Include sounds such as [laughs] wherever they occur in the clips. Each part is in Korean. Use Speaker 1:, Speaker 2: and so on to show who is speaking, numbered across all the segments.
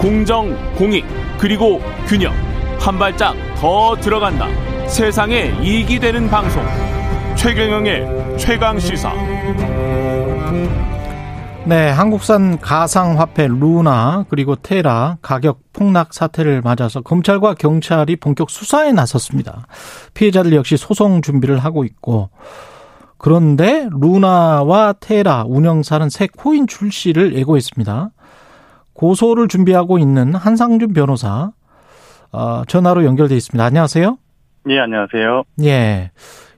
Speaker 1: 공정, 공익, 그리고 균형. 한 발짝 더 들어간다. 세상에 이익이 되는 방송. 최경영의 최강 시사.
Speaker 2: 네, 한국산 가상화폐 루나 그리고 테라 가격 폭락 사태를 맞아서 검찰과 경찰이 본격 수사에 나섰습니다. 피해자들 역시 소송 준비를 하고 있고 그런데 루나와 테라 운영사는 새 코인 출시를 예고했습니다. 고소를 준비하고 있는 한상준 변호사 어, 전화로 연결돼 있습니다. 안녕하세요.
Speaker 3: 예, 안녕하세요.
Speaker 2: 예.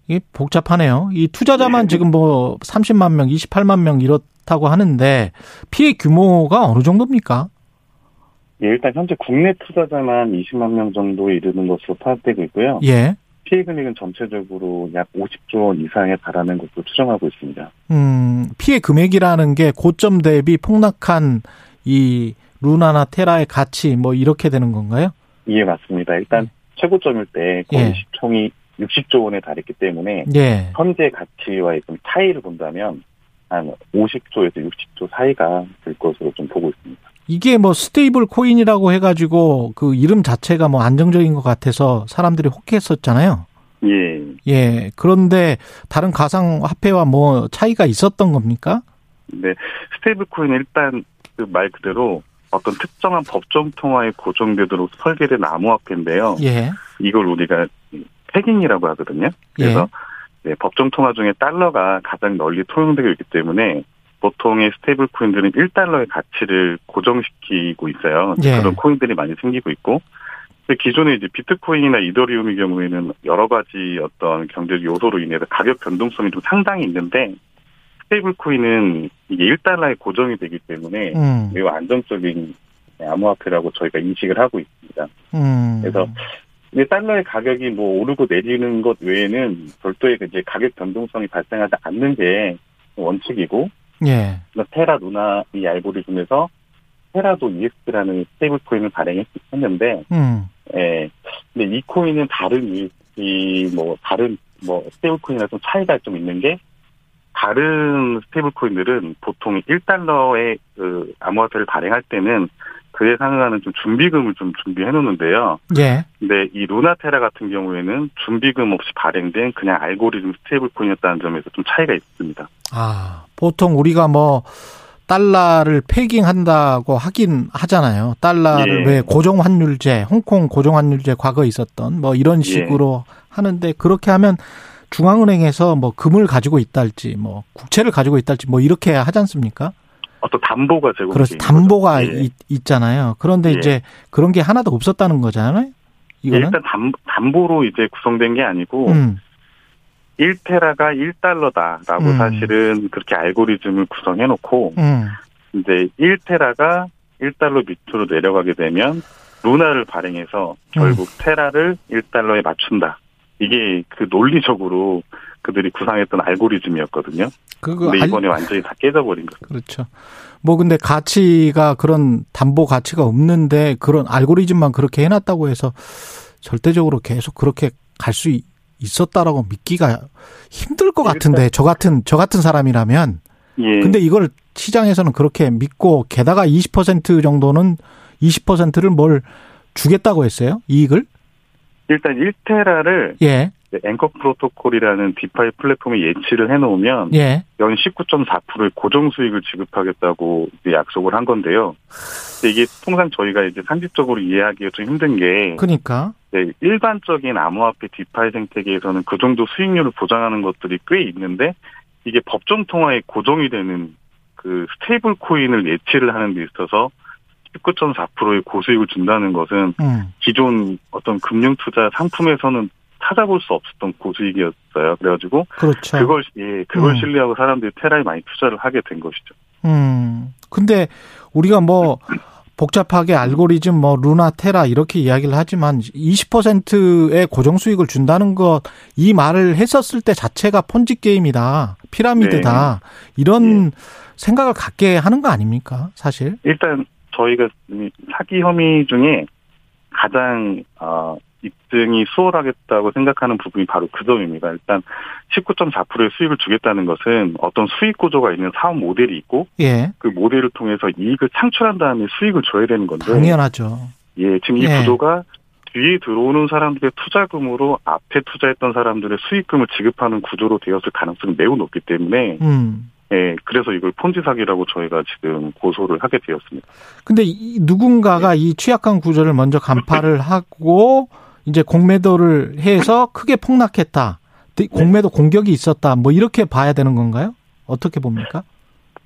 Speaker 2: 이게 복잡하네요. 이 투자자만
Speaker 3: 네.
Speaker 2: 지금 뭐 30만 명, 28만 명 이렇다고 하는데 피해 규모가 어느 정도입니까?
Speaker 3: 예, 일단 현재 국내 투자자만 20만 명 정도에 이르는 것으로 파악되고 있고요.
Speaker 2: 예.
Speaker 3: 피해 금액은 전체적으로 약 50조 원 이상에 달하는 것으로 추정하고 있습니다.
Speaker 2: 음, 피해 금액이라는 게 고점 대비 폭락한 이 루나나 테라의 가치 뭐 이렇게 되는 건가요?
Speaker 3: 이해 맞습니다. 일단 최고점일 때
Speaker 2: 예.
Speaker 3: 코인 시총이 60조 원에 달했기 때문에
Speaker 2: 예.
Speaker 3: 현재 가치와의 좀 차이를 본다면 한 50조에서 60조 사이가 될 것으로 좀 보고 있습니다.
Speaker 2: 이게 뭐 스테이블 코인이라고 해가지고 그 이름 자체가 뭐 안정적인 것 같아서 사람들이 혹했었잖아요.
Speaker 3: 예.
Speaker 2: 예. 그런데 다른 가상화폐와 뭐 차이가 있었던 겁니까?
Speaker 3: 네, 스테이블 코인은 일단 그 말 그대로 어떤 특정한 법정 통화에 고정되도록 설계된 암호화폐인데요.
Speaker 2: 예.
Speaker 3: 이걸 우리가 폐గిం이라고 하거든요. 그래서 네, 법정 통화 중에 달러가 가장 널리 통용되고 있기 때문에 보통의 스테이블 코인들은 1달러의 가치를 고정시키고 있어요.
Speaker 2: 예.
Speaker 3: 그런 코인들이 많이 생기고 있고 근데 기존에 이제 비트코인이나 이더리움의 경우에는 여러 가지 어떤 경제적 요소로 인해서 가격 변동성이 좀 상당히 있는데 스테이블 코인은 이게 1달러에 고정이 되기 때문에
Speaker 2: 음.
Speaker 3: 매우 안정적인 암호화폐라고 저희가 인식을 하고 있습니다.
Speaker 2: 음.
Speaker 3: 그래서 근데 달러의 가격이 뭐 오르고 내리는 것 외에는 별도의 그 이제 가격 변동성이 발생하지 않는 게 원칙이고
Speaker 2: 예.
Speaker 3: 그래서 테라 누나 이 알고리즘에서 테라도 EX라는 스테이블 코인을 발행했는데
Speaker 2: 음.
Speaker 3: 예. 근데 이 코인은 다른 이- 이뭐 다른 뭐 스테이블 코인이랑 좀 차이가 좀 있는 게 다른 스테이블 코인들은 보통 1달러의 그 암호화폐를 발행할 때는 그에 상응하는 좀 준비금을 좀 준비해 놓는데요.
Speaker 2: 예.
Speaker 3: 근데 네, 이 루나테라 같은 경우에는 준비금 없이 발행된 그냥 알고리즘 스테이블 코인이었다는 점에서 좀 차이가 있습니다.
Speaker 2: 아, 보통 우리가 뭐 달러를 패깅한다고 하긴 하잖아요. 달러를
Speaker 3: 예.
Speaker 2: 왜 고정 환율제, 홍콩 고정 환율제 과거에 있었던 뭐 이런
Speaker 3: 예.
Speaker 2: 식으로 하는데 그렇게 하면 중앙은행에서 뭐 금을 가지고 있달지 뭐 국채를 가지고 있달지 뭐 이렇게 하지 않습니까?
Speaker 3: 어떤 담보가 제공이
Speaker 2: 그래서
Speaker 3: 된 거죠.
Speaker 2: 담보가
Speaker 3: 예.
Speaker 2: 있, 있잖아요. 그런데
Speaker 3: 예.
Speaker 2: 이제 그런 게 하나도 없었다는 거잖아요.
Speaker 3: 예,
Speaker 2: 이거는
Speaker 3: 일단 뭐 담, 담보로 이제 구성된 게 아니고
Speaker 2: 음.
Speaker 3: 1테라가 1달러다라고
Speaker 2: 음.
Speaker 3: 사실은 그렇게 알고리즘을 구성해 놓고
Speaker 2: 음.
Speaker 3: 이제 1테라가 1달러 밑으로 내려가게 되면 루나를 발행해서 결국
Speaker 2: 음.
Speaker 3: 테라를 1달러에 맞춘다. 이게 그 논리적으로 그들이 구상했던 알고리즘이었거든요.
Speaker 2: 그거
Speaker 3: 근데
Speaker 2: 알-
Speaker 3: 이번에 완전히 다 깨져버린 거죠.
Speaker 2: 그렇죠. 뭐 근데 가치가 그런 담보 가치가 없는데 그런 알고리즘만 그렇게 해놨다고 해서 절대적으로 계속 그렇게 갈 수 있었다라고 믿기가 힘들 것 같은데 저 같은 저 같은 사람이라면
Speaker 3: 예.
Speaker 2: 근데 이걸 시장에서는 그렇게 믿고 게다가 20% 정도는 20%를 뭘 주겠다고 했어요 이익을
Speaker 3: 일단 1테라를
Speaker 2: 예
Speaker 3: 앵커 프로토콜이라는 디파이 플랫폼에 예치를 해놓으면
Speaker 2: 예.
Speaker 3: 연 19.4%의 고정 수익을 지급하겠다고 이제 약속을 한 건데요. 근데 이게 통상 저희가 이제 상식적으로 이해하기가 좀 힘든 게
Speaker 2: 그러니까
Speaker 3: 이제 일반적인 암호화폐 디파이 생태계에서는 그 정도 수익률을 보장하는 것들이 꽤 있는데 이게 법정 통화에 고정이 되는 그 스테이블 코인을 예치를 하는 데 있어서 19.4%의 고수익을 준다는 것은
Speaker 2: 음
Speaker 3: 기존 어떤 금융 투자 상품에서는 찾아볼 수 없었던 고수익이었어요. 그래가지고
Speaker 2: 그렇죠.
Speaker 3: 그걸 예 그걸
Speaker 2: 음.
Speaker 3: 신뢰하고 사람들이 테라에 많이 투자를 하게 된 것이죠.
Speaker 2: 음. 근데 우리가 뭐 복잡하게 알고리즘 뭐 루나 테라 이렇게 이야기를 하지만 20%의 고정 수익을 준다는 것 이 말을 했었을 때 자체가 폰지 게임이다. 피라미드다. 이런 생각을 갖게 하는 거 아닙니까? 사실.
Speaker 3: 일단 저희가 이 사기 혐의 중에 가장 어, 입증이 수월하겠다고 생각하는 부분이 바로 그 점입니다. 일단 19.4%의 수익을 주겠다는 것은 어떤 수익 구조가 있는 사업 모델이 있고
Speaker 2: 예.
Speaker 3: 그 모델을 통해서 이익을 창출한 다음에 수익을 줘야 되는 건데
Speaker 2: 당연하죠.
Speaker 3: 예, 지금 이
Speaker 2: 예.
Speaker 3: 구조가 뒤에 들어오는 사람들의 투자금으로 앞에 투자했던 사람들의 수익금을 지급하는 구조로 되었을 가능성이 매우 높기 때문에
Speaker 2: 음.
Speaker 3: 예, 그래서 이걸 폰지 사기라고 저희가 지금 고소를 하게 되었습니다.
Speaker 2: 근데 이
Speaker 3: 네.
Speaker 2: 누군가가 이 취약한 구조를 먼저
Speaker 3: [laughs]
Speaker 2: 간파를 하고 이제 공매도를 해서 크게 폭락했다. 네,
Speaker 3: 네.
Speaker 2: 공매도 공격이 있었다. 뭐 이렇게 봐야 되는 건가요? 어떻게 봅니까?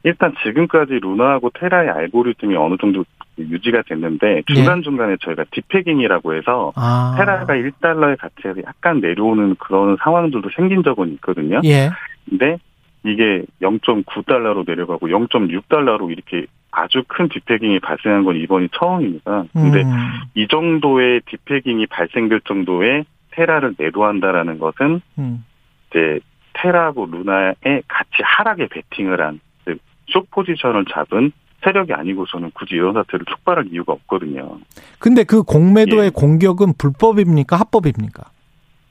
Speaker 3: 일단 지금까지 루나하고 테라의 알고리즘이 어느 정도 유지가 됐는데 중간중간에 저희가 디패깅이라고 해서
Speaker 2: 아.
Speaker 3: 테라가 1달러의 가치에서 약간 내려오는 그런 상황들도 생긴 적은 있거든요.
Speaker 2: 예.
Speaker 3: 근데 이게 0.9달러로 내려가고 0.6달러로 이렇게 아주 큰 디패깅이 발생한 건 이번이 처음입니다. 네. 근데
Speaker 2: 음.
Speaker 3: 이 정도의 디패깅이 발생될 정도의 테라를 매도한다라는 것은
Speaker 2: 음.
Speaker 3: 이제 테라하고 루나의 같이 하락에 베팅을 한, 이제 숏 포지션을 잡은 세력이 아니고서는 굳이 이런 사태를 촉발할 이유가 없거든요.
Speaker 2: 근데 그 공매도의
Speaker 3: 예.
Speaker 2: 공격은 불법입니까? 합법입니까?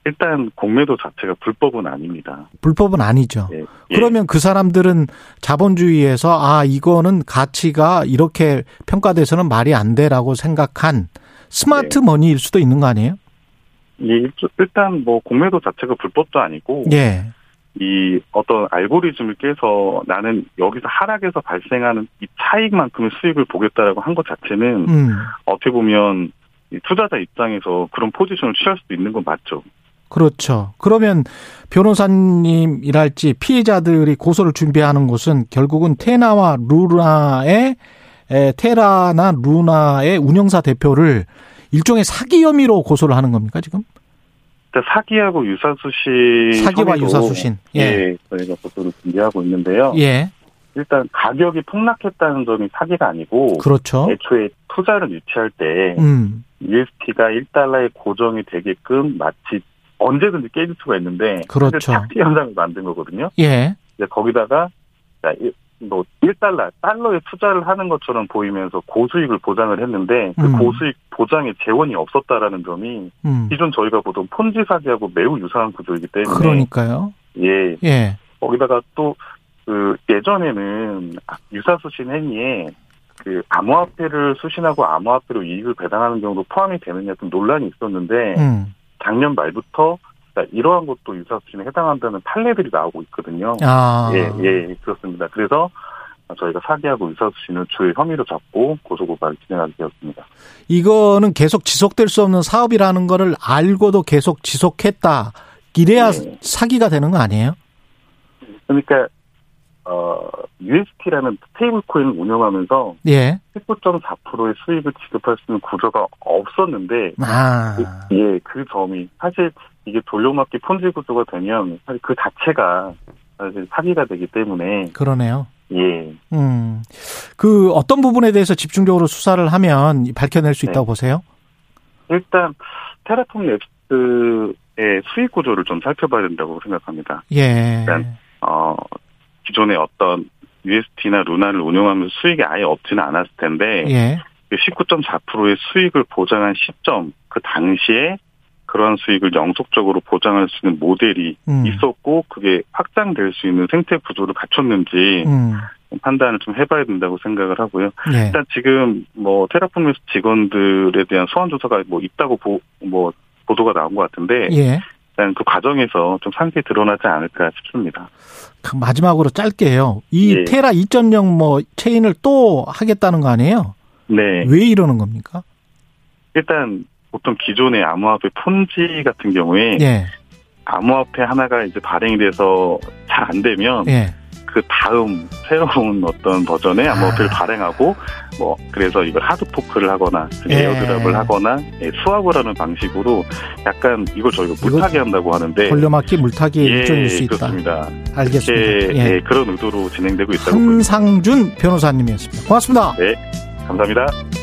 Speaker 3: 일단 공매도 자체가 불법은 아닙니다.
Speaker 2: 불법은 아니죠.
Speaker 3: 예, 예.
Speaker 2: 그러면 그 사람들은 자본주의에서 아 이거는 가치가 이렇게 평가돼서는 말이 안 돼라고 생각한
Speaker 3: 네.
Speaker 2: 스마트 머니일 수도 있는 거 아니에요?
Speaker 3: 예, 일단 뭐 공매도 자체가 불법도 아니고
Speaker 2: 예.
Speaker 3: 이 어떤 알고리즘을 깨서 나는 여기서 하락에서 발생하는 이 차익만큼의 수익을 보겠다라고 한 것 자체는
Speaker 2: 음.
Speaker 3: 어떻게 보면 이 투자자 입장에서 그런 포지션을 취할 수도 있는 건 맞죠.
Speaker 2: 그렇죠. 그러면 변호사님이랄지 피해자들이 고소를 준비하는 곳은 결국은 테나와 루나의 에, 테라나 루나의 운영사 대표를 일종의 사기 혐의로 고소를 하는 겁니까 지금?
Speaker 3: 일단 그러니까 사기하고 유사수신
Speaker 2: 사기와
Speaker 3: 예, 혐의로,
Speaker 2: 유사수신.
Speaker 3: 예.
Speaker 2: 예.
Speaker 3: 저희가 보도를 준비하고 있는데요.
Speaker 2: 예.
Speaker 3: 일단 가격이 폭락했다는 점이 사기가 아니고
Speaker 2: 그렇죠.
Speaker 3: 애초에 투자를 유치할 때
Speaker 2: 음.
Speaker 3: UST가 1달러에 고정이 되게끔 마치 언제든지 깨질 수가 있는데
Speaker 2: 그렇죠.
Speaker 3: 사실 착시 현상을 만든 거거든요.
Speaker 2: 예.
Speaker 3: 이제 거기다가 자, 일- 뭐 1달러 달러에 투자를 하는 것처럼 보이면서 고수익을 보장을 했는데 그
Speaker 2: 음.
Speaker 3: 고수익 보장에 재원이 없었다라는 점이
Speaker 2: 음.
Speaker 3: 기존 저희가 보던 폰지 사기하고 매우 유사한 구조이기 때문에
Speaker 2: 그러니까요.
Speaker 3: 예
Speaker 2: 예.
Speaker 3: 거기다가 또 그 예전에는 유사수신 행위에 그 암호화폐를 수신하고 암호화폐로 이익을 배당하는 경우도 포함이 되느냐 좀 논란이 있었는데
Speaker 2: 음.
Speaker 3: 작년 말부터 자, 이러한 것도 유사수신에 해당한다는 판례들이 나오고 있거든요.
Speaker 2: 아.
Speaker 3: 예, 예, 그렇습니다. 그래서 저희가 사기하고 유사수신을 주요 혐의로 잡고 고소고발을 진행하게 되었습니다.
Speaker 2: 이거는 계속 지속될 수 없는 사업이라는 거를 알고도 계속 지속했다. 이래야
Speaker 3: 네.
Speaker 2: 사기가 되는 거 아니에요?
Speaker 3: 그러니까 어, UST라는 스테이블 코인을 운영하면서
Speaker 2: 예.
Speaker 3: 19.4%의 수익을 지급할 수 있는 구조가 없었는데
Speaker 2: 아.
Speaker 3: 예, 그 점이 사실 이게 돌려막기 폰지 구조가 되면 사실 그 자체가 사실 사기가 되기 때문에
Speaker 2: 그러네요.
Speaker 3: 예,
Speaker 2: 음. 그 어떤 부분에 대해서 집중적으로 수사를 하면 밝혀낼 수
Speaker 3: 네.
Speaker 2: 있다고 보세요?
Speaker 3: 일단 테라폼 랩스의 수익 구조를 좀 살펴봐야 된다고 생각합니다.
Speaker 2: 예.
Speaker 3: 일단. 어, 기존의 어떤 UST나 루나를 운영하면서 수익이 아예 없지는 않았을 텐데 그
Speaker 2: 예.
Speaker 3: 19.4%의 수익을 보장한 시점 그 당시에 그러한 수익을 영속적으로 보장할 수 있는 모델이
Speaker 2: 음.
Speaker 3: 있었고 그게 확장될 수 있는 생태 구조를 갖췄는지
Speaker 2: 음.
Speaker 3: 판단을 좀 해봐야 된다고 생각을 하고요.
Speaker 2: 예.
Speaker 3: 일단 지금 뭐 테라폼에서 직원들에 대한 소환 조사가 뭐 있다고 보, 뭐 보도가 나온 것 같은데
Speaker 2: 예.
Speaker 3: 일단 그 과정에서 좀 상세히 드러나지 않을까 싶습니다.
Speaker 2: 마지막으로 짧게요. 이
Speaker 3: 예.
Speaker 2: 테라 2.0 뭐 체인을 또 하겠다는 거 아니에요?
Speaker 3: 네,
Speaker 2: 왜 이러는 겁니까?
Speaker 3: 일단 보통 기존의 암호화폐 폰지 같은 경우에
Speaker 2: 예.
Speaker 3: 암호화폐 하나가 이제 발행이 돼서 잘 안 되면
Speaker 2: 예.
Speaker 3: 그 다음 새로운 어떤 버전의 암호화폐를
Speaker 2: 아.
Speaker 3: 발행하고 뭐 그래서 이걸 하드 포크를 하거나 그
Speaker 2: 예.
Speaker 3: 에어드랍을 하거나 예, 수합을 하는 방식으로 약간 이걸 저희가 못하게 한다고 하는데
Speaker 2: 돌려막기 물타기 일종일 수 있다.
Speaker 3: 네. 예, 그렇습니다.
Speaker 2: 알겠습니다.
Speaker 3: 예,
Speaker 2: 예.
Speaker 3: 예, 그런 의도로 진행되고 있다고 보입니다.
Speaker 2: 한상준 변호사님이었습니다. 고맙습니다.
Speaker 3: 감사합니다.